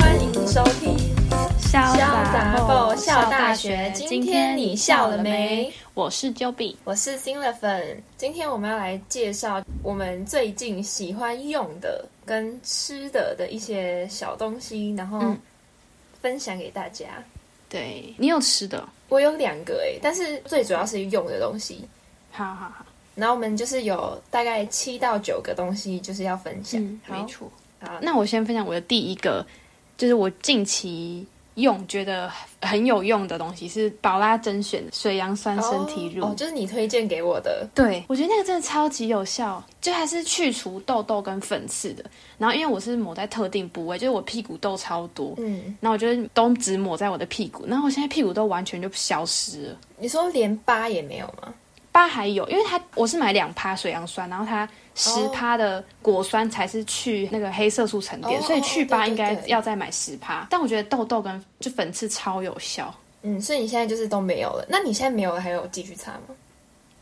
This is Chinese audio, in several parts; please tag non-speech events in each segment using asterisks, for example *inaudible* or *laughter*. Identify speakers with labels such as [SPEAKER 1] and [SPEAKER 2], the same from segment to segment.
[SPEAKER 1] 欢迎收听《
[SPEAKER 2] 潇
[SPEAKER 1] 潇洒后笑大学》，今天你笑了没？？
[SPEAKER 2] 我是 j o b
[SPEAKER 1] 我是新的粉，今天我们要来介绍我们最近喜欢用的跟吃的的一些小东西，然后
[SPEAKER 2] 嗯
[SPEAKER 1] 分享给大家。
[SPEAKER 2] 对你有吃的？
[SPEAKER 1] 我有两个诶，但是最主要是用的东西。
[SPEAKER 2] 好好好，
[SPEAKER 1] 然后我们就是有大概七到九个东西，就是要分享。
[SPEAKER 2] 嗯，
[SPEAKER 1] 好
[SPEAKER 2] 没错。
[SPEAKER 1] 好
[SPEAKER 2] 那我先分享我的第一个，就是我近期用觉得很有用的东西是宝拉甄选的水杨酸身体乳。
[SPEAKER 1] 哦哦，就是你推荐给我的，
[SPEAKER 2] 对，我觉得那个真的超级有效，就它是去除痘痘跟粉刺的。然后因为我是抹在特定部位，就是我屁股痘超多，
[SPEAKER 1] 嗯，
[SPEAKER 2] 那我就是都只抹在我的屁股，然后我现在屁股都完全就消失了。
[SPEAKER 1] 你说连疤也没有吗？
[SPEAKER 2] 八还有，因为它我是买两趴水杨酸，然后它十趴的果酸才是去那个黑色素沉淀
[SPEAKER 1] 哦
[SPEAKER 2] 所以去
[SPEAKER 1] 哦
[SPEAKER 2] 疤
[SPEAKER 1] 对
[SPEAKER 2] 应该
[SPEAKER 1] 对对
[SPEAKER 2] 要再买十趴。但我觉得痘痘跟就粉刺超有效，
[SPEAKER 1] 嗯，所以你现在就是都没有了。那你现在没有了，还有继续擦吗？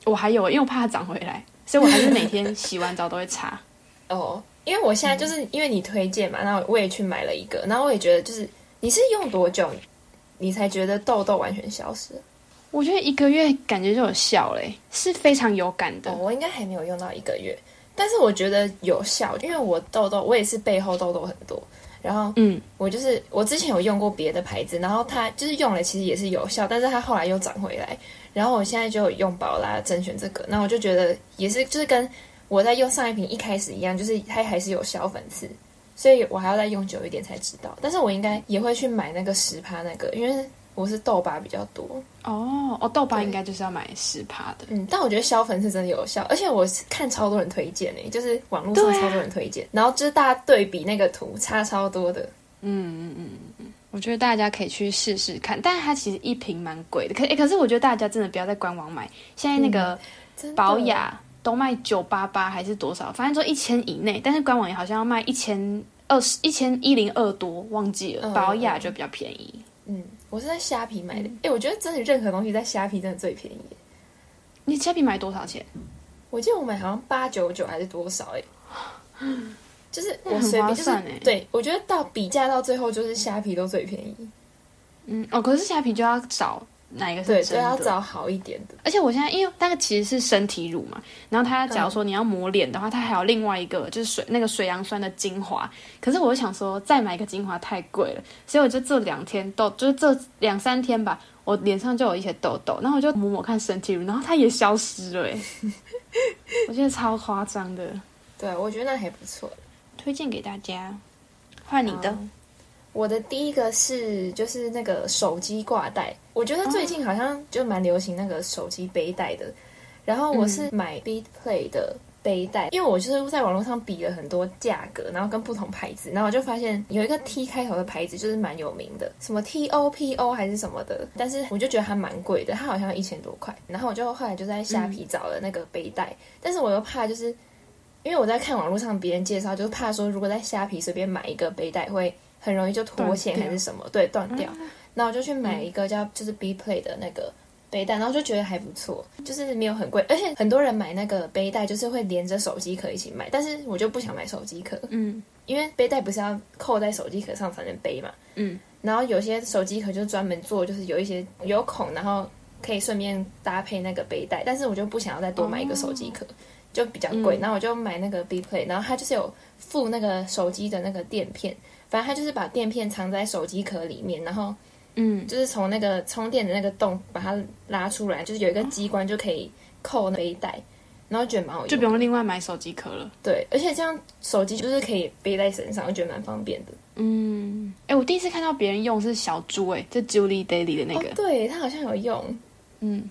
[SPEAKER 2] 我还有，因为我怕它长回来，所以我还是每天洗完澡都会
[SPEAKER 1] *laughs*
[SPEAKER 2] 擦。
[SPEAKER 1] 哦，因为我现在就是因为你推荐嘛，然后我也去买了一个，然后我也觉得就是你是用多久，你才觉得痘痘完全消失？
[SPEAKER 2] 我觉得一个月感觉就有效嘞、是非常有感的。
[SPEAKER 1] 哦，我应该还没有用到一个月，但是我觉得有效，因为我痘痘我也是背后痘痘很多，然后
[SPEAKER 2] 嗯，
[SPEAKER 1] 我就是我之前有用过别的牌子，然后它就是用了，其实也是有效，但是它后来又长回来。然后我现在就有用宝拉甄选这个，那我就觉得也是，就是跟我在用上一瓶一开始一样，就是它还是有小粉刺，所以我还要再用久一点才知道。但是我应该也会去买那个十趴那个，因为我是痘疤比较多。
[SPEAKER 2] 哦哦，痘疤
[SPEAKER 1] 对
[SPEAKER 2] 应该就是要买十趴的。
[SPEAKER 1] 嗯，但我觉得消粉是真的有效，而且我是看超多人推荐诶、就是网络上
[SPEAKER 2] 对啊
[SPEAKER 1] 超多人推荐，然后就是大家对比那个图差超多的。
[SPEAKER 2] 我觉得大家可以去试试看，但是它其实一瓶蛮贵的。可、诶可是我觉得大家真的不要在官网买，现在那个
[SPEAKER 1] 真的
[SPEAKER 2] 宝雅都卖九八八还是多少，反正说一千以内，但是官网也好像要卖一千二十、一千一零二多，忘记了。
[SPEAKER 1] 嗯
[SPEAKER 2] 宝雅就比较便宜，
[SPEAKER 1] 嗯，我是在虾皮买的。
[SPEAKER 2] 嗯
[SPEAKER 1] 哎、我觉得真的任何东西在虾皮真的最便宜耶。
[SPEAKER 2] 你虾皮买多少钱？
[SPEAKER 1] 我记得我买好像八九九还是多少哎、
[SPEAKER 2] *gasps*
[SPEAKER 1] 就是我
[SPEAKER 2] 很
[SPEAKER 1] 随便
[SPEAKER 2] 划
[SPEAKER 1] 就是
[SPEAKER 2] 算欸耶
[SPEAKER 1] 对，我觉得到比价到最后就是虾皮都最便宜，
[SPEAKER 2] 嗯，哦，可是虾皮就要找哪一个是
[SPEAKER 1] 对，
[SPEAKER 2] 真
[SPEAKER 1] 所以
[SPEAKER 2] 的
[SPEAKER 1] 要找好一点的。
[SPEAKER 2] 而且我现在因为那个其实是身体乳嘛，然后它假如说你要抹脸的话，它还有另外一个就是水那个水杨酸的精华。可是我又想说再买一个精华太贵了，所以我就这两天痘，就是这两三天吧，我脸上就有一些痘痘，然后我就抹抹看身体乳，然后它也消失了、欸，我觉得超夸张的，
[SPEAKER 1] 对，啊我觉得那还不错。
[SPEAKER 2] 推荐给大家。换你的
[SPEAKER 1] 好我的第一个是就是那个手机挂带，我觉得最近好像就蛮流行那个手机背带的。然后我是买 Beat Play 的背带，因为我就是在网络上比了很多价格，然后跟不同牌子，然后我就发现有一个 T 开头的牌子就是蛮有名的，什么 T O P O 还是什么的，但是我就觉得它蛮贵的，它好像一千多块。然后我就后来就在虾皮找了那个背带，但是我又怕就是。因为我在看网络上别人介绍，就是怕说如果在虾皮随便买一个背带会很容易就脱线
[SPEAKER 2] 断掉嗯
[SPEAKER 1] 还是什么，对，断掉。那我就去买一个叫就是 B Play 的那个背带，然后就觉得还不错，就是没有很贵，而且很多人买那个背带就是会连着手机壳一起买，但是我就不想买手机壳，
[SPEAKER 2] 嗯
[SPEAKER 1] 因为背带不是要扣在手机壳上才能背嘛。
[SPEAKER 2] 嗯，
[SPEAKER 1] 然后有些手机壳就专门做，就是有一些有孔，然后可以顺便搭配那个背带，但是我就不想要再多买一个手
[SPEAKER 2] 哦
[SPEAKER 1] 机壳。就比较贵，
[SPEAKER 2] 嗯
[SPEAKER 1] 然后我就买那个 B Play，然后它就是有附那个手机的那个垫片，反正它就是把垫片藏在手机壳里面，然后
[SPEAKER 2] 嗯，
[SPEAKER 1] 就是从那个充电的那个洞把它拉出来，就是有一个机关就可以扣那背带，然后觉得蛮好
[SPEAKER 2] 就
[SPEAKER 1] 用的。
[SPEAKER 2] 不用另外买手机壳了。
[SPEAKER 1] 对，而且这样手机就是可以背在身上，我觉得蛮方便的。
[SPEAKER 2] 嗯，哎、我第一次看到别人用是小猪、欸，哎，就 Julie Daily 的那个。
[SPEAKER 1] 哦，对，它好像有用，
[SPEAKER 2] 嗯，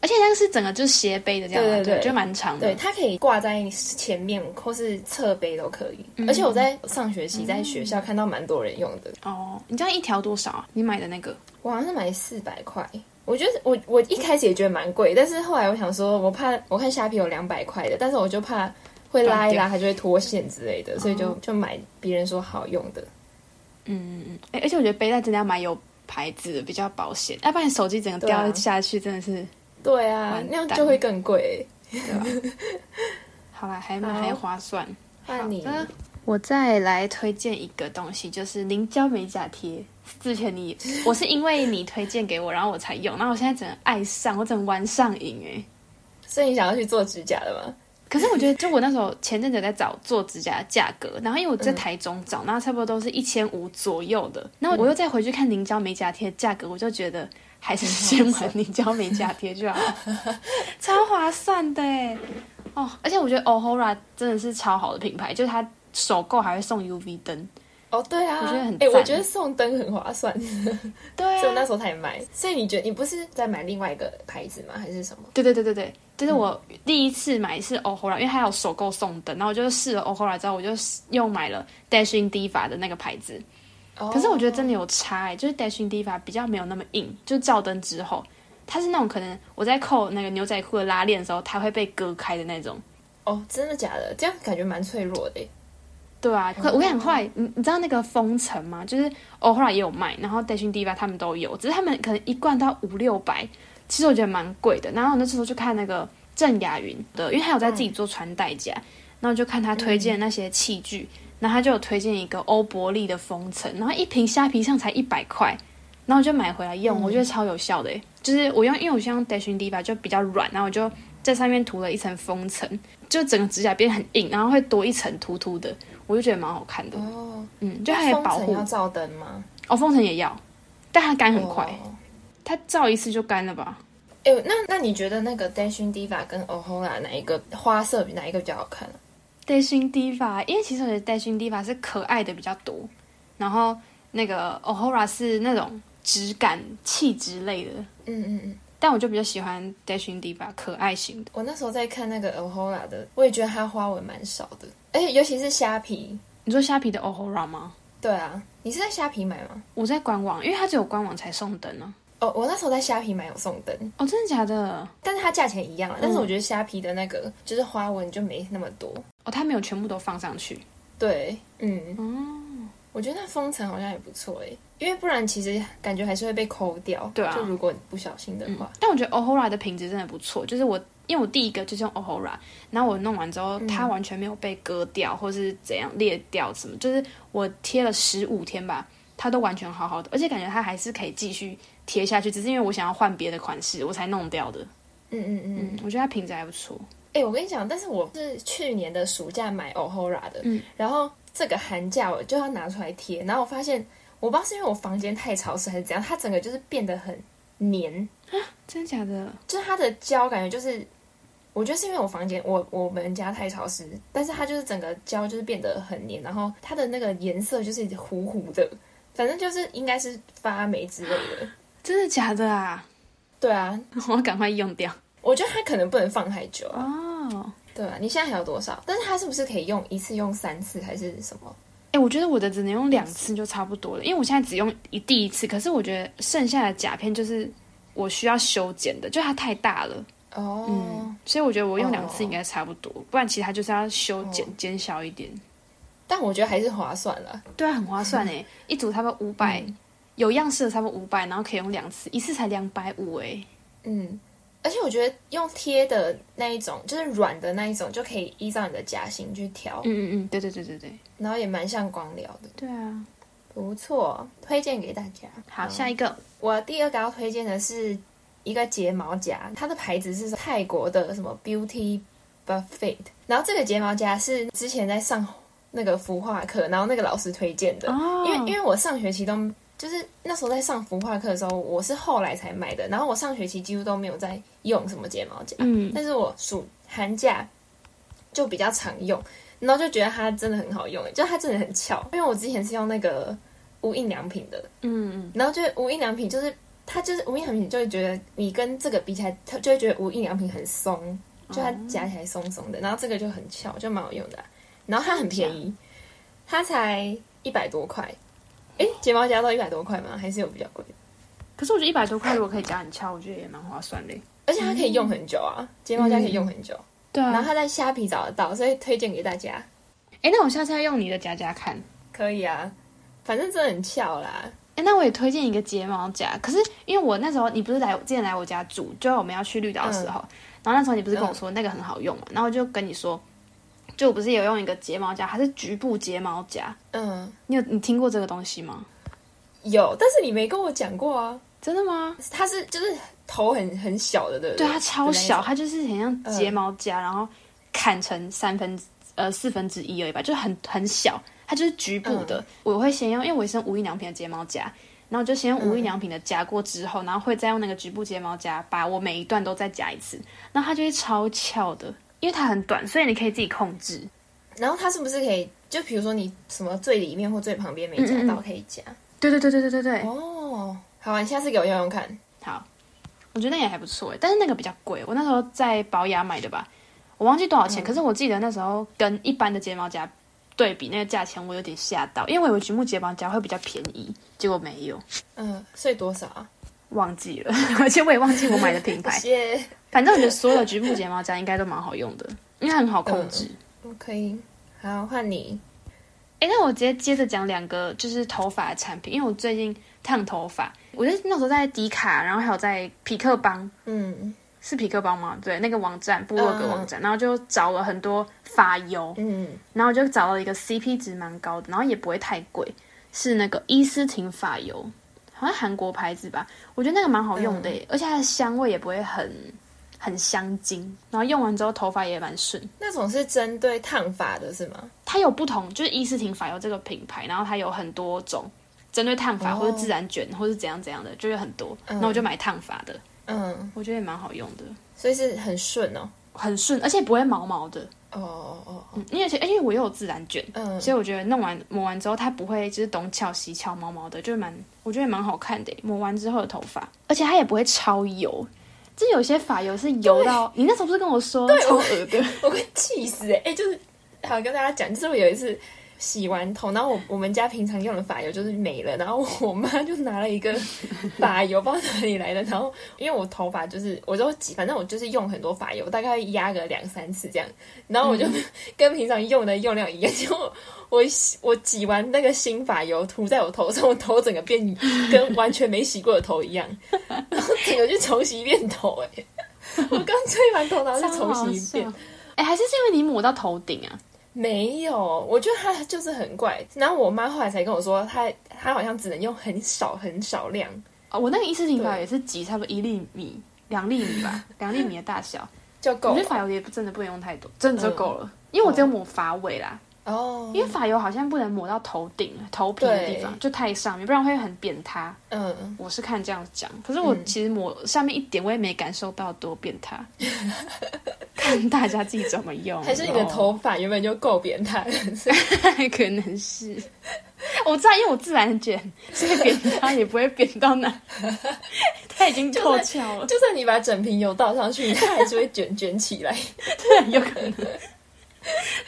[SPEAKER 2] 而且那个是整个就是斜背的这样嘛，
[SPEAKER 1] 对对对
[SPEAKER 2] 就蛮长的。
[SPEAKER 1] 对，它可以挂在前面或是侧背都可以。
[SPEAKER 2] 嗯
[SPEAKER 1] 而且我在上学期在学校看到蛮多人用的，
[SPEAKER 2] 哦，你这样一条多少啊？你买的那个？
[SPEAKER 1] 我好像是买四百块。我觉得我我一开始也觉得蛮贵，但是后来我想说，我怕我看虾皮有两百块的，但是我就怕会拉一拉它就会脱线之类
[SPEAKER 2] 哦
[SPEAKER 1] 的，所以就就买别人说好用的。
[SPEAKER 2] 嗯，哎、而且我觉得背带真的要买有牌子的比较保险，要不然手机整个
[SPEAKER 1] 对啊
[SPEAKER 2] 掉下去真的是。
[SPEAKER 1] 对啊
[SPEAKER 2] 完，蛋
[SPEAKER 1] 那样就会更贵、
[SPEAKER 2] 对吧好啦，还蛮
[SPEAKER 1] 好
[SPEAKER 2] 还划算。
[SPEAKER 1] 那你
[SPEAKER 2] 的，我再来推荐一个东西，就是凝胶美甲贴。之前你我是因为你推荐给我，然后我才用，然后我现在整个爱上，我整个玩上瘾哎、
[SPEAKER 1] 所以你想要去做指甲的吗？
[SPEAKER 2] 可是我觉得，就我那时候前阵子在找做指甲的价格，然后因为我在台中找，然后差不多都是一千五左右的，然后我又再回去看凝胶美甲贴的价格，我就觉得还是先买凝胶美甲贴就好了， *laughs* 超划算的耶哦！而且我觉得 Ohora 真的是超好的品牌，就是它首购还会送 UV 灯，
[SPEAKER 1] 哦，对啊，
[SPEAKER 2] 我觉得很
[SPEAKER 1] 哎、我
[SPEAKER 2] 赞
[SPEAKER 1] 觉得送灯很划算，
[SPEAKER 2] 对
[SPEAKER 1] 所以我那
[SPEAKER 2] 啊，
[SPEAKER 1] 时候才买。所以你觉得你不是在买另外一个牌子吗？还是什么？
[SPEAKER 2] 对对对对对。就是我第一次买是 Ohora，因为它有首购送灯，然后我就试了 Ohora 之后，我就又买了 Dashing Diva 的那个牌子，
[SPEAKER 1] 哦
[SPEAKER 2] 可是我觉得真的有差哎、就是 Dashing Diva 比较没有那么硬，就照灯之后，它是那种可能我在扣那个牛仔裤的拉链的时候，它会被割开的那种。
[SPEAKER 1] 哦，真的假的？这样感觉蛮脆弱的耶。
[SPEAKER 2] 对啊，可我跟你讲，后来你你知道那个封城吗？就是哦，后来也有卖，然后 Dashing Diva 他们都有，只是他们可能一罐到五六百，其实我觉得蛮贵的。然后我那时候就看那个郑雅云的，因为他有在自己做穿戴甲，然后就看他推荐那些器具，然后他就有推荐一个欧伯利的封层，然后一瓶虾皮上才一百块，然后我就买回来
[SPEAKER 1] 嗯
[SPEAKER 2] 用，我觉得超有效的耶。欸就是我用，因为我像 Dashing Diva 就比较软，然后我就在上面涂了一层封层，就整个指甲变很硬，然后会多一层凸凸的，我就觉得蛮好看的。
[SPEAKER 1] 哦，
[SPEAKER 2] 嗯，就它也
[SPEAKER 1] 封
[SPEAKER 2] 保
[SPEAKER 1] 层
[SPEAKER 2] 护
[SPEAKER 1] 要照灯吗？
[SPEAKER 2] 哦，封层也要，但它干很快，
[SPEAKER 1] 哦
[SPEAKER 2] 它照一次就干了吧？
[SPEAKER 1] 哎、那那你觉得那个 Dashing Diva 跟 Ohora 哪一个花色比哪一个比较好看、啊？
[SPEAKER 2] Dashing Diva，因为其实我觉得 Dashing Diva 是可爱的比较多，然后那个 Ohora 是那种质感气质类的，
[SPEAKER 1] 嗯嗯嗯，
[SPEAKER 2] 但我就比较喜欢 Dashing Diva 可爱型的。
[SPEAKER 1] 我那时候在看那个 Ohora 的，我也觉得它花纹蛮少的，而且尤其是虾皮。
[SPEAKER 2] 你说虾皮的 Ohora 吗？
[SPEAKER 1] 对啊，你是在虾皮买吗？
[SPEAKER 2] 我在官网，因为它只有官网才送灯呢、
[SPEAKER 1] 哦，我那时候在虾皮买有送灯，
[SPEAKER 2] 哦，真的假的？
[SPEAKER 1] 但是它价钱一样啊。
[SPEAKER 2] 嗯
[SPEAKER 1] 但是我觉得虾皮的那个就是花纹就没那么多。
[SPEAKER 2] 哦，它没有全部都放上去。
[SPEAKER 1] 对，嗯，
[SPEAKER 2] 嗯，
[SPEAKER 1] 我觉得那封层好像也不错诶，因为不然其实感觉还是会被抠掉。
[SPEAKER 2] 对啊
[SPEAKER 1] 就如果你不小心的话，
[SPEAKER 2] 但我觉得 Ohora 的品质真的不错，就是我因为我第一个就是用 Ohora，然后我弄完之后，它完全没有被割掉或是怎样裂掉什么，就是我贴了十五天吧，它都完全好好的，而且感觉它还是可以继续贴下去，只是因为我想要换别的款式，我才弄掉的。
[SPEAKER 1] 嗯嗯嗯
[SPEAKER 2] 嗯，我觉得它品质还不错。
[SPEAKER 1] 哎、我跟你讲，但是我是去年的暑假买 Ohora 的，
[SPEAKER 2] 嗯
[SPEAKER 1] 然后这个寒假我就要拿出来贴，然后我发现，我不知道是因为我房间太潮湿还是怎样，它整个就是变得很黏，
[SPEAKER 2] 真的假的？
[SPEAKER 1] 就是它的胶感觉就是，我觉得是因为我房间我我们家太潮湿，但是它就是整个胶就是变得很黏，然后它的那个颜色就是糊糊的，反正就是应该是发霉之类的。
[SPEAKER 2] 真的假的啊！ *laughs*
[SPEAKER 1] 对啊，
[SPEAKER 2] 我要赶快用掉
[SPEAKER 1] 我觉得它可能不能放太久啊。
[SPEAKER 2] 哦。
[SPEAKER 1] 对啊，你现在还有多少？但是它是不是可以用一次用三次还是什么？
[SPEAKER 2] 哎、我觉得我的只能用两次就差不多了，因为我现在只用一第一次，可是我觉得剩下的甲片就是我需要修剪的，就它太大了，
[SPEAKER 1] 哦、
[SPEAKER 2] 嗯，所以我觉得我用两次
[SPEAKER 1] 哦
[SPEAKER 2] 应该差不多，不然其他就是要修剪
[SPEAKER 1] 哦
[SPEAKER 2] 减小一点，
[SPEAKER 1] 但我觉得还是划算了。
[SPEAKER 2] 对啊，很划算哎，一组差不多五百、有样式的差不多五百，然后可以用两次，一次才两百五哎，
[SPEAKER 1] 嗯，而且我觉得用贴的那一种，就是软的那一种，就可以依照你的夹型去调，
[SPEAKER 2] 嗯嗯嗯，对对对对对，
[SPEAKER 1] 然后也蛮像光疗的，
[SPEAKER 2] 对啊，
[SPEAKER 1] 不错，推荐给大家。
[SPEAKER 2] 好，下一个
[SPEAKER 1] 我第二个要推荐的是一个睫毛夹，它的牌子是泰国的什么 Beauty Buffet，然后这个睫毛夹是之前在上那个孵化课，然后那个老师推荐的，
[SPEAKER 2] 哦
[SPEAKER 1] 因为因为我上学期都就是那时候在上孵化课的时候，我是后来才买的，然后我上学期几乎都没有在用什么睫毛夹，
[SPEAKER 2] 嗯
[SPEAKER 1] 但是我暑寒假就比较常用，然后就觉得它真的很好用，就它真的很翘，因为我之前是用那个无印良品的，
[SPEAKER 2] 嗯
[SPEAKER 1] 然后就是无印良品，就是它就是无印良品，就会觉得你跟这个比起来，它就会觉得无印良品很松，就它夹起来松松的，然后这个就很翘，就蛮好用的啊、然后它很便宜，它才一百多块。诶，睫毛夹到一百多块吗？还是有比较贵的？
[SPEAKER 2] 可是我觉得一百多块如果可以加很翘，我觉得也蛮划算的。欸
[SPEAKER 1] 而且它可以用很久啊，睫毛夹可以用很久。
[SPEAKER 2] 对
[SPEAKER 1] 然后
[SPEAKER 2] 啊，
[SPEAKER 1] 它在虾皮找得到，所以推荐给大家。
[SPEAKER 2] 哎，那我下次要用你的夹夹看。
[SPEAKER 1] 可以啊，反正真的很翘啦。
[SPEAKER 2] 哎，那我也推荐一个睫毛夹，可是因为我那时候你不是来之前来我嗯家住，就我们要去绿岛的时候，然后那时候你不是跟我说那个很好用嘛，然后我就跟你说，就我不是有用一个睫毛夹，它是局部睫毛夹，
[SPEAKER 1] 嗯，
[SPEAKER 2] 你有你听过这个东西吗？
[SPEAKER 1] 有，但是你没跟我讲过啊。
[SPEAKER 2] 真的吗？
[SPEAKER 1] 它是就是头很很小的，对不
[SPEAKER 2] 对，
[SPEAKER 1] 对？
[SPEAKER 2] 它超小，它就是很像
[SPEAKER 1] 嗯
[SPEAKER 2] 睫毛夹，然后砍成三分之呃四分之一而已吧，就是很很小，它就是局部的。我会先用，因为我是用无印良品的睫毛夹，然后我就先用无印良品的夹过之后，然后会再用那个局部睫毛夹把我每一段都再夹一次，那它就会超翘的，因为它很短，所以你可以自己控制。
[SPEAKER 1] 然后它是不是可以？就比如说你什么最里面或最旁边没夹
[SPEAKER 2] 嗯
[SPEAKER 1] 到，可以夹。
[SPEAKER 2] 对对对对对对对，
[SPEAKER 1] 哦，好啊，你下次给我用用看。
[SPEAKER 2] 好，我觉得那也还不错哎，但是那个比较贵，我那时候在保雅买的吧，我忘记多少钱，可是我记得那时候跟一般的睫毛夹对比那个价钱，我有点吓到，因为我以为橘木睫毛夹会比较便宜，结果没有，
[SPEAKER 1] 嗯，所以多少啊？
[SPEAKER 2] 忘记了， *laughs* 而且我也忘记我买的品牌，
[SPEAKER 1] 谢谢。
[SPEAKER 2] 反正我觉得所有的橘木睫毛夹应该都蛮好用的，因为它很好控制。
[SPEAKER 1] 我可以。好，换你。
[SPEAKER 2] 哎、那我直接接着讲两个就是头发的产品，因为我最近烫头发，我就是那时候在迪卡，然后还有在匹克邦，
[SPEAKER 1] 嗯
[SPEAKER 2] 是匹克邦吗？对，那个网站部落格网站，然后就找了很多发油，
[SPEAKER 1] 嗯，
[SPEAKER 2] 然后就找到一个 CP 值蛮高的，然后也不会太贵，是那个伊斯婷发油，好像韩国牌子吧，我觉得那个蛮好用的耶、而且它的香味也不会很很香精，然后用完之后头发也蛮顺。
[SPEAKER 1] 那种是针对烫发的是吗？
[SPEAKER 2] 它有不同，就是伊斯婷发油这个品牌，然后它有很多种针对烫发
[SPEAKER 1] 哦
[SPEAKER 2] 或者自然卷或是怎样怎样的，就是很多。然后我就买烫发的，
[SPEAKER 1] 嗯，
[SPEAKER 2] 我觉得也蛮好用的，
[SPEAKER 1] 所以是很顺哦。
[SPEAKER 2] 很顺，而且不会毛毛的。
[SPEAKER 1] 哦哦哦，
[SPEAKER 2] 嗯，因为其因为我又有自然卷，
[SPEAKER 1] 嗯，
[SPEAKER 2] 所以我觉得弄完抹完之后，它不会就是东翘西翘毛毛的，就是蛮我觉得蛮好看的。抹完之后的头发，而且它也不会超油。这有些发油是油到你那时候不是跟我说超恶的？
[SPEAKER 1] 我会气死哎、欸就是好跟大家讲，就是我有一次洗完头，然后我我们家平常用的发油就是没了，然后我妈就拿了一
[SPEAKER 2] *laughs*
[SPEAKER 1] 个发油，不知道哪里来的，然后因为我头发就是我都挤，反正我就是用很多发油，大概压个两三次这样，然后我就
[SPEAKER 2] 嗯
[SPEAKER 1] *laughs* 跟平常用的用量一样，结果我洗我挤完那个新发油涂在我头上，我头整个变
[SPEAKER 2] *laughs*
[SPEAKER 1] 跟完全没洗过的头一样，然后整个就重洗一遍头哎、
[SPEAKER 2] *laughs*
[SPEAKER 1] 欸我刚吹完头，然后就重洗一遍
[SPEAKER 2] 超好笑。。哎、还是是因为你抹到头顶啊？
[SPEAKER 1] 没有，我觉得他就是很怪。然后我妈后来才跟我说，她她好像只能用很少很少量。
[SPEAKER 2] 哦，我那个伊斯婷发
[SPEAKER 1] 对
[SPEAKER 2] 也是挤差不多一粒米、两粒米
[SPEAKER 1] *laughs*
[SPEAKER 2] 吧，两粒米的大小。
[SPEAKER 1] 就
[SPEAKER 2] 我
[SPEAKER 1] 够
[SPEAKER 2] 觉
[SPEAKER 1] 了嗯
[SPEAKER 2] 得发油也不真的不能用太多，真的就够了。因为我只有抹发尾啦，
[SPEAKER 1] 哦，
[SPEAKER 2] 因为发油好像不能抹到头顶、头皮的地方，
[SPEAKER 1] 对
[SPEAKER 2] 就太上面，不然会很扁塌。
[SPEAKER 1] 嗯，
[SPEAKER 2] 我是看这样讲，可是我其实抹上面一点，我也没感受到多扁塌。 *laughs* 看大家自己怎么用。
[SPEAKER 1] 还是你的头发原本就够扁
[SPEAKER 2] *laughs*
[SPEAKER 1] 塌了，所以
[SPEAKER 2] 哦， *laughs* 可能是。我知道，因为我自然卷，所以扁塌也不会扁到哪，它已经够翘了。
[SPEAKER 1] 就算你把整瓶油倒上去，它还是会卷卷起
[SPEAKER 2] *laughs*
[SPEAKER 1] 来，
[SPEAKER 2] 有可能，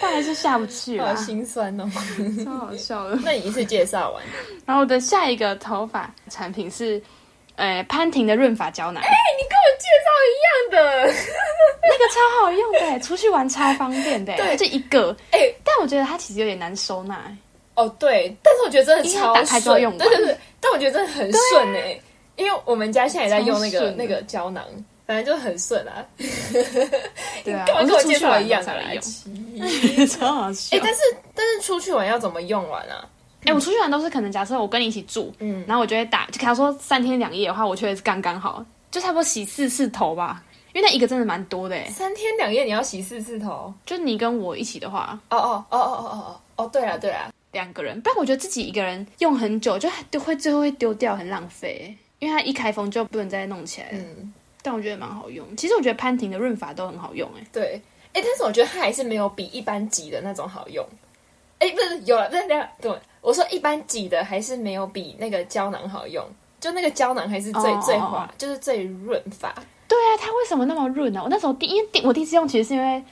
[SPEAKER 2] 但还是下不去
[SPEAKER 1] 好
[SPEAKER 2] 啦，
[SPEAKER 1] 心酸哦。
[SPEAKER 2] 超好笑的。
[SPEAKER 1] 那你一次介绍完，
[SPEAKER 2] 然后我的下一个头发产品是，呃，潘婷的润发胶
[SPEAKER 1] 哎
[SPEAKER 2] 囊，
[SPEAKER 1] 你跟我介绍一样的，
[SPEAKER 2] 那个超好用的，欸出去玩超方便的，欸
[SPEAKER 1] 对
[SPEAKER 2] 就一个。
[SPEAKER 1] 哎、
[SPEAKER 2] 但我觉得它其实有点难收纳，
[SPEAKER 1] 哦，对，但是我觉得真的
[SPEAKER 2] 因为它打
[SPEAKER 1] 超
[SPEAKER 2] 开就要用
[SPEAKER 1] 顺，
[SPEAKER 2] 完啊
[SPEAKER 1] 对对对，但我觉得真的很顺哎、因为我们家现在也在用那个
[SPEAKER 2] 超顺的
[SPEAKER 1] 那个胶囊，反正就很顺啊。
[SPEAKER 2] 对 *laughs* 啊，
[SPEAKER 1] 干嘛
[SPEAKER 2] 我
[SPEAKER 1] 跟我
[SPEAKER 2] 是出
[SPEAKER 1] 介
[SPEAKER 2] 去
[SPEAKER 1] 绍
[SPEAKER 2] 玩
[SPEAKER 1] 一样啊
[SPEAKER 2] 的
[SPEAKER 1] 的啦
[SPEAKER 2] 才？用，
[SPEAKER 1] 奇
[SPEAKER 2] *laughs* 超好笑。
[SPEAKER 1] 哎、
[SPEAKER 2] 哎、
[SPEAKER 1] 但是但是出去玩要怎么用完啊？
[SPEAKER 2] 我出去玩都是可能假设我跟你一起住，
[SPEAKER 1] 嗯
[SPEAKER 2] 然后我就会打，就他说三天两夜的话，我觉得是刚刚好，就差不多洗四次头吧，因为那一个真的蛮多的，哎
[SPEAKER 1] 三天两夜你要洗四次头？
[SPEAKER 2] 就你跟我一起的话，
[SPEAKER 1] 哦哦哦哦哦哦哦哦，对了对了，
[SPEAKER 2] 两个人，不然我觉得自己一个人用很久，就就会最后会丢掉，很浪费。哎因为它一开封就不能再弄起来了，
[SPEAKER 1] 嗯，
[SPEAKER 2] 但我觉得蛮好用。其实我觉得潘婷的润发都很好用，哎，
[SPEAKER 1] 对。哎、但是我觉得它还是没有比一般挤的那种好用。哎、不是有了，对对对，我说一般挤的还是没有比那个胶囊好用，就那个胶囊还是最、
[SPEAKER 2] 哦
[SPEAKER 1] 最
[SPEAKER 2] 哦哦
[SPEAKER 1] 滑，就是最润发。
[SPEAKER 2] 对啊，它为什么那么润呢、我那时候第因为第我第一次用，其实是因为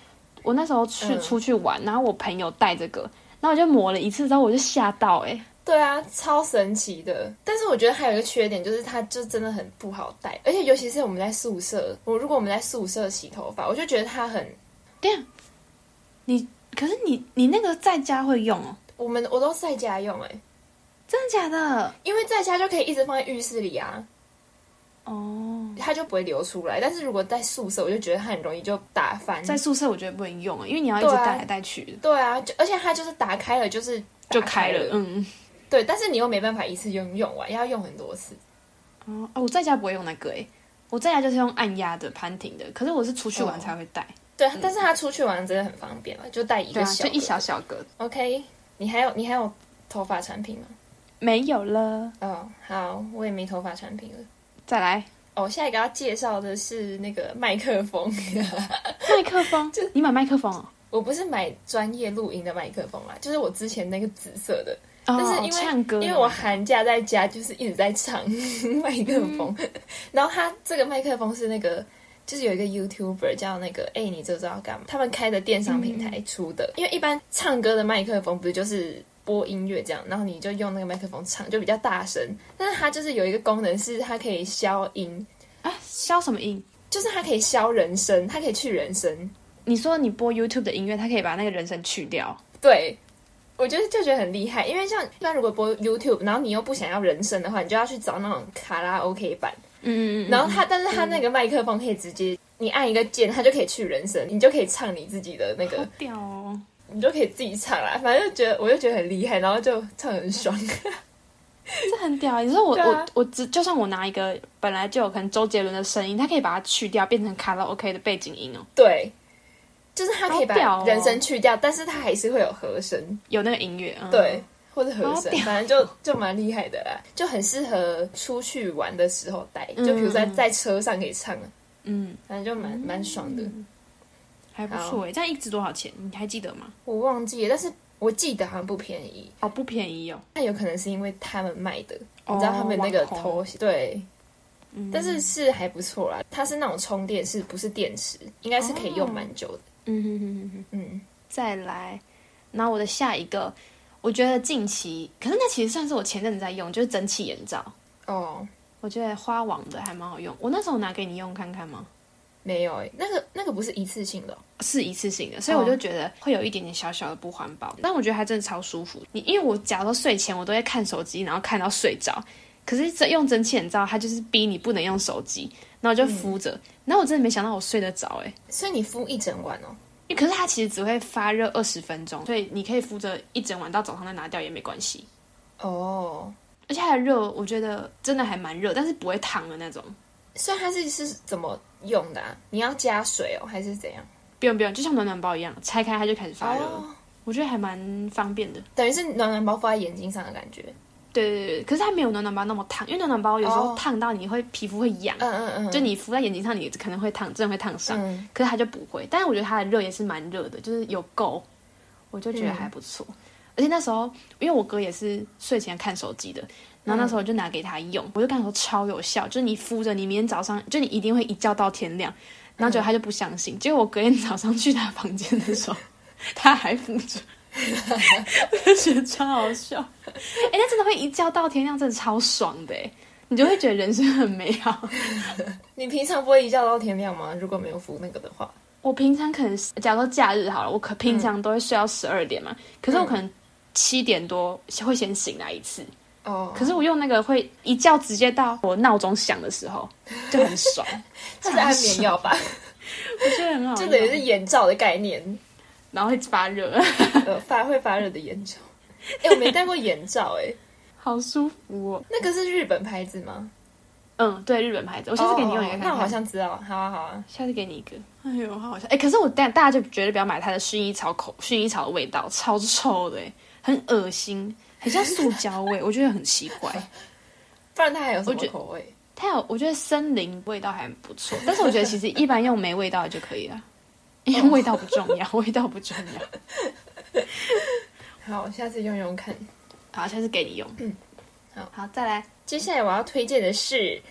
[SPEAKER 2] 我那时候去、
[SPEAKER 1] 嗯
[SPEAKER 2] 出去玩，然后我朋友带这个，然后我就抹了一次之后，我就吓到、哎，
[SPEAKER 1] 对啊，超神奇的。但是我觉得还有一个缺点，就是它就真的很不好带，而且尤其是我们在宿舍，我如果我们在宿舍洗头发，我就觉得它很，
[SPEAKER 2] 可是你你那个在家会用哦？
[SPEAKER 1] 我们我都在家用哎、
[SPEAKER 2] 真的假的？
[SPEAKER 1] 因为在家就可以一直放在浴室里啊，
[SPEAKER 2] 哦，
[SPEAKER 1] 它就不会流出来。但是如果在宿舍，我就觉得它很容易就打翻。
[SPEAKER 2] 在宿舍我觉得不能用啊，因为你要一直
[SPEAKER 1] 对啊
[SPEAKER 2] 带来带去，
[SPEAKER 1] 对啊，就而且它就是打开了就是
[SPEAKER 2] 就
[SPEAKER 1] 打开
[SPEAKER 2] 开了。嗯，
[SPEAKER 1] 对，但是你又没办法一次用用完，要用很多次。
[SPEAKER 2] 哦，啊我在家不会用那个诶、我在家就是用按压的、攀挺的，可是我是出去玩才会带。
[SPEAKER 1] 对，啊但是它出去玩真的很方便嘛，就带一
[SPEAKER 2] 嗯
[SPEAKER 1] 个
[SPEAKER 2] 对啊，
[SPEAKER 1] 小
[SPEAKER 2] 就
[SPEAKER 1] 的、
[SPEAKER 2] 一小小个，
[SPEAKER 1] OK，你还有你还有头发产品吗？
[SPEAKER 2] 没有了。
[SPEAKER 1] 哦，好，我也没头发产品了。
[SPEAKER 2] 再来，
[SPEAKER 1] 哦，下一个要介绍的是那个麦克风， *laughs*
[SPEAKER 2] 麦克 *laughs* 风，你买麦克风哦。
[SPEAKER 1] 我不是买专业录音的麦克风啦，就是我之前那个紫色的，
[SPEAKER 2] 但
[SPEAKER 1] 但是因为
[SPEAKER 2] 哦唱歌，
[SPEAKER 1] 因为我寒假在家就是一直在唱 *laughs* 麦克风， *laughs* 然后它这个麦克风是那个。就是有一个 YouTuber 叫那个哎、你这知道干嘛？他们开的电商平台出的，因为一般唱歌的麦克风不是就是播音乐这样，然后你就用那个麦克风唱，就比较大声。但是它就是有一个功能是它可以消音，
[SPEAKER 2] 啊，消什么音？
[SPEAKER 1] 就是它可以消人声，它可以去人声。
[SPEAKER 2] 你说你播 YouTube 的音乐，它可以把那个人声去掉。
[SPEAKER 1] 对，我觉得就觉得很厉害，因为像一般如果播 YouTube，然后你又不想要人声的话，你就要去找那种卡拉 OK 版。
[SPEAKER 2] 嗯嗯嗯。
[SPEAKER 1] 然后它，但是它那个麦克风可以直接，你按一个键，它就可以去人声，你就可以唱你自己的那
[SPEAKER 2] *laughs* 好
[SPEAKER 1] 个，
[SPEAKER 2] 屌哦！
[SPEAKER 1] 你就可以自己唱啦。反正就觉得，我就觉得很厉害，然后就唱得很爽。 *laughs*
[SPEAKER 2] 这很屌啊！你说我、
[SPEAKER 1] 对啊
[SPEAKER 2] 我我只就算我拿一个本来就有可能周杰伦的声音，它可以把它去掉，变成卡拉 OK 的背景音哦，
[SPEAKER 1] 对，就是它可以
[SPEAKER 2] 好屌
[SPEAKER 1] 把
[SPEAKER 2] 哦
[SPEAKER 1] 人声去掉，但是它还是会有和声。
[SPEAKER 2] 有那个音乐。嗯、
[SPEAKER 1] 对，，或者和
[SPEAKER 2] 好
[SPEAKER 1] 声，
[SPEAKER 2] 屌哦
[SPEAKER 1] 反正就就蛮厉害的啦，就很适合出去玩的时候带，就比如在
[SPEAKER 2] 嗯嗯嗯
[SPEAKER 1] 在车上可以唱，啊，
[SPEAKER 2] 嗯，
[SPEAKER 1] 反正就蛮蛮爽的。
[SPEAKER 2] 还不错诶。欸这样一支多少钱？你还记得吗？
[SPEAKER 1] 我忘记了，但是我记得好像不便宜，
[SPEAKER 2] 哦，不便宜哦。
[SPEAKER 1] 那有可能是因为他们卖的，
[SPEAKER 2] 哦
[SPEAKER 1] 你知道他们那个
[SPEAKER 2] 网红
[SPEAKER 1] 头对。
[SPEAKER 2] 嗯
[SPEAKER 1] 但是是还不错啦，它是那种充电式，不是电池，应该是可以用蛮久的。
[SPEAKER 2] 嗯哼哼哼哼，
[SPEAKER 1] 嗯，
[SPEAKER 2] 再来，然后我的下一个，我觉得近期，可是那其实算是我前阵子在用，就是蒸汽眼罩，
[SPEAKER 1] 哦，
[SPEAKER 2] 我觉得花王的还蛮好用。我那时候拿给你用看看吗？
[SPEAKER 1] 没有诶、那个那个不是一次性的哦、
[SPEAKER 2] 是一次性的，所以我就觉得会有一点点小小的不环保，但我觉得它真的超舒服。你因为我假如说睡前我都会看手机，然后看到睡着，可是这用蒸汽眼罩，它就是逼你不能用手机，然后我就敷着，然后我真的没想到我睡得着哎、欸
[SPEAKER 1] 所以你敷一整晚哦。
[SPEAKER 2] 因为可是它其实只会发热二十分钟，所以你可以敷着一整晚到早上再拿掉也没关系。
[SPEAKER 1] 哦，
[SPEAKER 2] 而且它的热，我觉得真的还蛮热，但是不会烫的那种。
[SPEAKER 1] 所以它是是怎么用的啊？你要加水哦，还是怎样？
[SPEAKER 2] 不用不用，就像暖暖包一样，拆开它就开始发热了，
[SPEAKER 1] 哦，
[SPEAKER 2] 我觉得还蛮方便的。
[SPEAKER 1] 等于是暖暖包敷在眼睛上的感觉。
[SPEAKER 2] 对对对，可是它没有暖暖包那么烫，因为暖暖包有时候
[SPEAKER 1] 哦
[SPEAKER 2] 烫到你会皮肤会痒，
[SPEAKER 1] 嗯嗯嗯，
[SPEAKER 2] 就你敷在眼睛上，你可能会烫，真的会烫伤。
[SPEAKER 1] 嗯，
[SPEAKER 2] 可是它就不会，但是我觉得它的热也是蛮热的，就是有够，我就觉得还不错。而且那时候，因为我哥也是睡前看手机的，然后那时候我就拿给他用，我就跟他说超有效，就是你敷着，你明天早上就你一定会一觉到天亮。然后结果他就不相信，结果我隔天早上去他房间的时候，他还敷着，我就觉得超好笑。哎、那真的会一觉到天亮，真的超爽的哎，你就会觉得人生很美好。
[SPEAKER 1] 你平常不会一觉到天亮吗？如果没有敷那个的话，
[SPEAKER 2] 我平常可能是，假如说假日好了，我可
[SPEAKER 1] 嗯
[SPEAKER 2] 平常都会睡到十二点嘛，可是我可能七点多会先醒来一次，
[SPEAKER 1] 哦，
[SPEAKER 2] 可是我用那个会一觉直接到我闹钟响的时候，就
[SPEAKER 1] *laughs*
[SPEAKER 2] 很爽，
[SPEAKER 1] 它是安眠药吧？
[SPEAKER 2] 啊我觉得很好用，
[SPEAKER 1] 就等于是眼罩的概念，
[SPEAKER 2] 然后会发热，
[SPEAKER 1] 呃，发会发热的眼
[SPEAKER 2] *laughs*
[SPEAKER 1] 罩。哎、我没戴过眼罩、哎，
[SPEAKER 2] 好舒服哦。
[SPEAKER 1] 那个是日本牌子吗？
[SPEAKER 2] 嗯，对，日本牌子，
[SPEAKER 1] 我
[SPEAKER 2] 我下次给你用一个看看
[SPEAKER 1] 哦那我好像知道，好啊好啊。
[SPEAKER 2] 下次给你一个。哎呦，好好笑！哎、可是我但大家就绝对不要买它的薰衣草口，薰衣草的味道超臭的、哎很恶心，很像塑胶味，我觉得很奇怪。
[SPEAKER 1] *laughs* 不然它还有什
[SPEAKER 2] 我
[SPEAKER 1] 么
[SPEAKER 2] 觉
[SPEAKER 1] 口味？
[SPEAKER 2] 它有，我觉得森林味道还不错，但是我觉得其实一般用没味道的就可以了，因
[SPEAKER 1] 哦
[SPEAKER 2] 为味道不重要， *laughs* 味道不重要。
[SPEAKER 1] 好，下次用用看。
[SPEAKER 2] 好，下次给你用。
[SPEAKER 1] 嗯，好
[SPEAKER 2] 好，再来。
[SPEAKER 1] 接下来我要推荐的是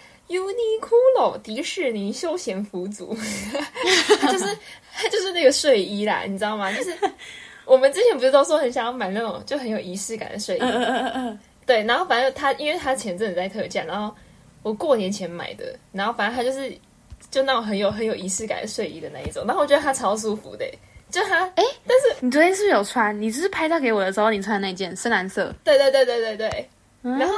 [SPEAKER 1] Uniqlo 迪士尼休闲服组， *laughs* 它就是 *laughs* 它就是那个睡衣啦，你知道吗？就是我们之前不是都说很想要买那种就很有仪式感的睡衣，
[SPEAKER 2] 嗯嗯嗯嗯嗯，
[SPEAKER 1] 对，然后反正它因为它前阵子在特价，然后我过年前买的，然后反正它就是就那种很有很有仪式感的睡衣的那一种，然后我觉得它超舒服的、就它，哎、
[SPEAKER 2] 你昨天是不是有穿？你是拍照给我的时候，你穿的那件深蓝色。
[SPEAKER 1] 对对对对对对，
[SPEAKER 2] 然
[SPEAKER 1] 然后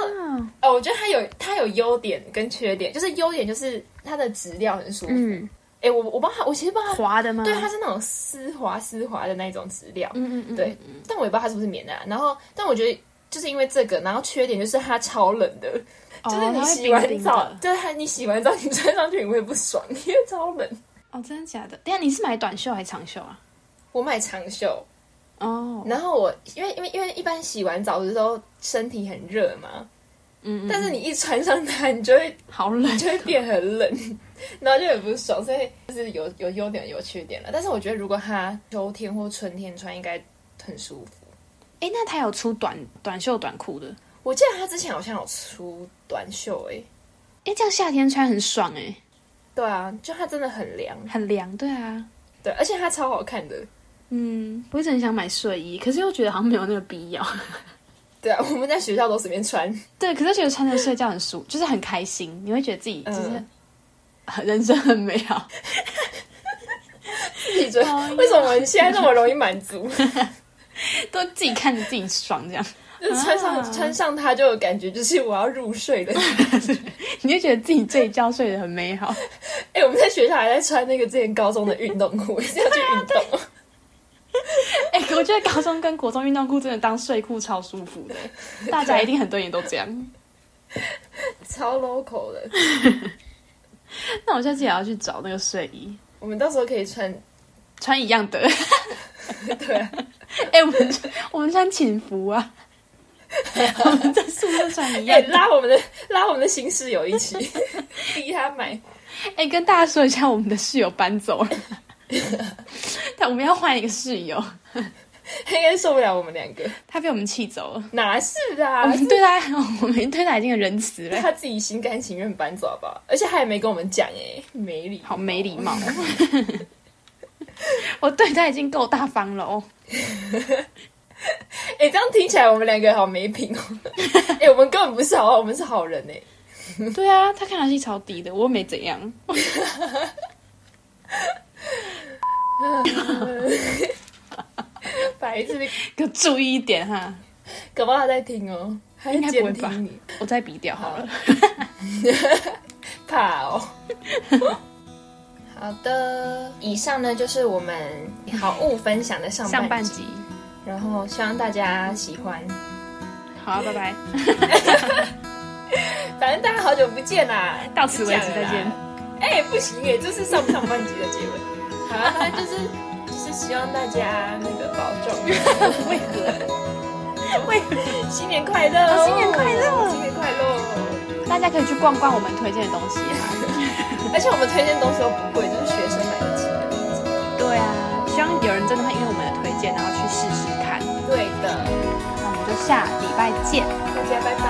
[SPEAKER 1] 哦，我觉得它有它有优点跟缺点，就是优点就是它的质料很舒服。
[SPEAKER 2] 嗯，
[SPEAKER 1] 哎、我我帮它，我其实帮它，
[SPEAKER 2] 滑的吗？
[SPEAKER 1] 对，它是那种丝滑丝滑的那种质料，
[SPEAKER 2] 嗯嗯嗯，
[SPEAKER 1] 对但我也不知道它是不是棉的、啊。然后，但我觉得就是因为这个，然后缺点就是它超冷的，
[SPEAKER 2] 哦，
[SPEAKER 1] 就是你
[SPEAKER 2] 它会
[SPEAKER 1] 洗
[SPEAKER 2] 冰
[SPEAKER 1] 完
[SPEAKER 2] 冰
[SPEAKER 1] 澡，
[SPEAKER 2] 的。
[SPEAKER 1] 对，它你洗完澡你穿上去你会不爽，因为超冷。
[SPEAKER 2] 哦，真的假的？等一下你是买短袖还是长袖啊？
[SPEAKER 1] 我买长袖，
[SPEAKER 2] 哦，
[SPEAKER 1] 然后我因为因为因为一般洗完澡的时候身体很热嘛，
[SPEAKER 2] 嗯，嗯
[SPEAKER 1] 但是
[SPEAKER 2] 嗯
[SPEAKER 1] 你一穿上它，你就会
[SPEAKER 2] 好冷，
[SPEAKER 1] 就会变很冷，然后就很不爽，所以就是有有优点有缺点了。但是我觉得如果它秋天或春天穿，应该很舒服。
[SPEAKER 2] 哎，那它有出短短袖短裤的？
[SPEAKER 1] 我记得它之前好像有出短袖、欸，
[SPEAKER 2] 哎，这样夏天穿很爽哎、
[SPEAKER 1] 对啊，就它真的很凉，
[SPEAKER 2] 很凉，对啊，
[SPEAKER 1] 对，而且它超好看的。
[SPEAKER 2] 嗯，我一直很想买睡衣，可是又觉得好像没有那个必要。 *laughs*
[SPEAKER 1] 对啊，我们在学校都随便穿，
[SPEAKER 2] 对，可是觉得穿着睡觉很舒，就是很开心，你会觉得自己就是、
[SPEAKER 1] 嗯
[SPEAKER 2] 很 *laughs* 人生很美好。
[SPEAKER 1] 自己觉得
[SPEAKER 2] 哎呀
[SPEAKER 1] 为什么我们现在那么容易满足？
[SPEAKER 2] 都自己看着自己爽，这样
[SPEAKER 1] 就穿上、
[SPEAKER 2] 啊
[SPEAKER 1] 穿上它就有感觉，就是我要入睡了。 *laughs*
[SPEAKER 2] 你就觉得自己这一觉睡得很美好。
[SPEAKER 1] 哎、我们在学校还在穿那个之前高中的运动裤， *laughs* 是要去运动。
[SPEAKER 2] 哎、我觉得高中跟国中运动裤真的当睡裤超舒服
[SPEAKER 1] *laughs*
[SPEAKER 2] 的，大家一定很多人都这样。
[SPEAKER 1] *laughs* 超 local 的。
[SPEAKER 2] 那我下次也要去找那个睡衣，
[SPEAKER 1] 我们到时候可以穿，
[SPEAKER 2] 穿一样的。
[SPEAKER 1] *laughs* 对、啊，
[SPEAKER 2] 哎、我们我们穿寝
[SPEAKER 1] *laughs*
[SPEAKER 2] 服啊，我们在宿舍穿一
[SPEAKER 1] 也、
[SPEAKER 2] 样的。
[SPEAKER 1] 哎拉我们的拉我们的新室友一起， *laughs* 逼他买。
[SPEAKER 2] 哎、跟大家说一下，我们的室友搬走 *laughs* 了，但我们要换一个室友，
[SPEAKER 1] 他应该受不了我们两个，
[SPEAKER 2] 他被我们气走了。
[SPEAKER 1] 哪是
[SPEAKER 2] 我
[SPEAKER 1] 啊？
[SPEAKER 2] 们对他， *laughs* 我们对他已经很仁慈了，
[SPEAKER 1] 他自己心甘情愿搬走好不好？而且他也没跟我们讲，哎，没理。
[SPEAKER 2] 好没礼 *laughs* 貌。我对他已经够大方了哦。
[SPEAKER 1] 哎、这样听起来我们两个好没
[SPEAKER 2] *laughs*
[SPEAKER 1] 品哦。哎、我们根本不是好，我们是好人哎。
[SPEAKER 2] 对啊，他看来是超低的，我又没怎样。
[SPEAKER 1] 白痴，
[SPEAKER 2] 要注意一点哈，
[SPEAKER 1] 搞不好他在听哦，他在
[SPEAKER 2] 应该不会
[SPEAKER 1] 监
[SPEAKER 2] 吧
[SPEAKER 1] 听你，
[SPEAKER 2] 我再比掉好了。
[SPEAKER 1] 怕哦。
[SPEAKER 2] *laughs*
[SPEAKER 1] 好的，以上呢就是我们好物分享的上
[SPEAKER 2] 上
[SPEAKER 1] 半
[SPEAKER 2] 半
[SPEAKER 1] 集，
[SPEAKER 2] 集，
[SPEAKER 1] 然后希望大家喜欢。
[SPEAKER 2] 好、啊，拜拜，
[SPEAKER 1] 反正大家好久不见啦，
[SPEAKER 2] 到此为止
[SPEAKER 1] 就这样了啦
[SPEAKER 2] 再见。
[SPEAKER 1] 哎、不行哎、这是上上半集的结尾。好啦，啊反正就是就是希望大家那个保重，
[SPEAKER 2] *laughs* 为
[SPEAKER 1] *laughs*
[SPEAKER 2] 何？为何？
[SPEAKER 1] 新年快乐、
[SPEAKER 2] 哦新年快乐
[SPEAKER 1] 新年快乐！哦
[SPEAKER 2] 大家可以去逛逛我们推荐的东西哈。
[SPEAKER 1] 而且我们推荐的东西都不贵，就是学生买得起的。
[SPEAKER 2] 对啊，希望有人真的会因为我们的推荐，然后去试试看。
[SPEAKER 1] 对的，
[SPEAKER 2] 那我们就下礼拜见，
[SPEAKER 1] 大家拜拜。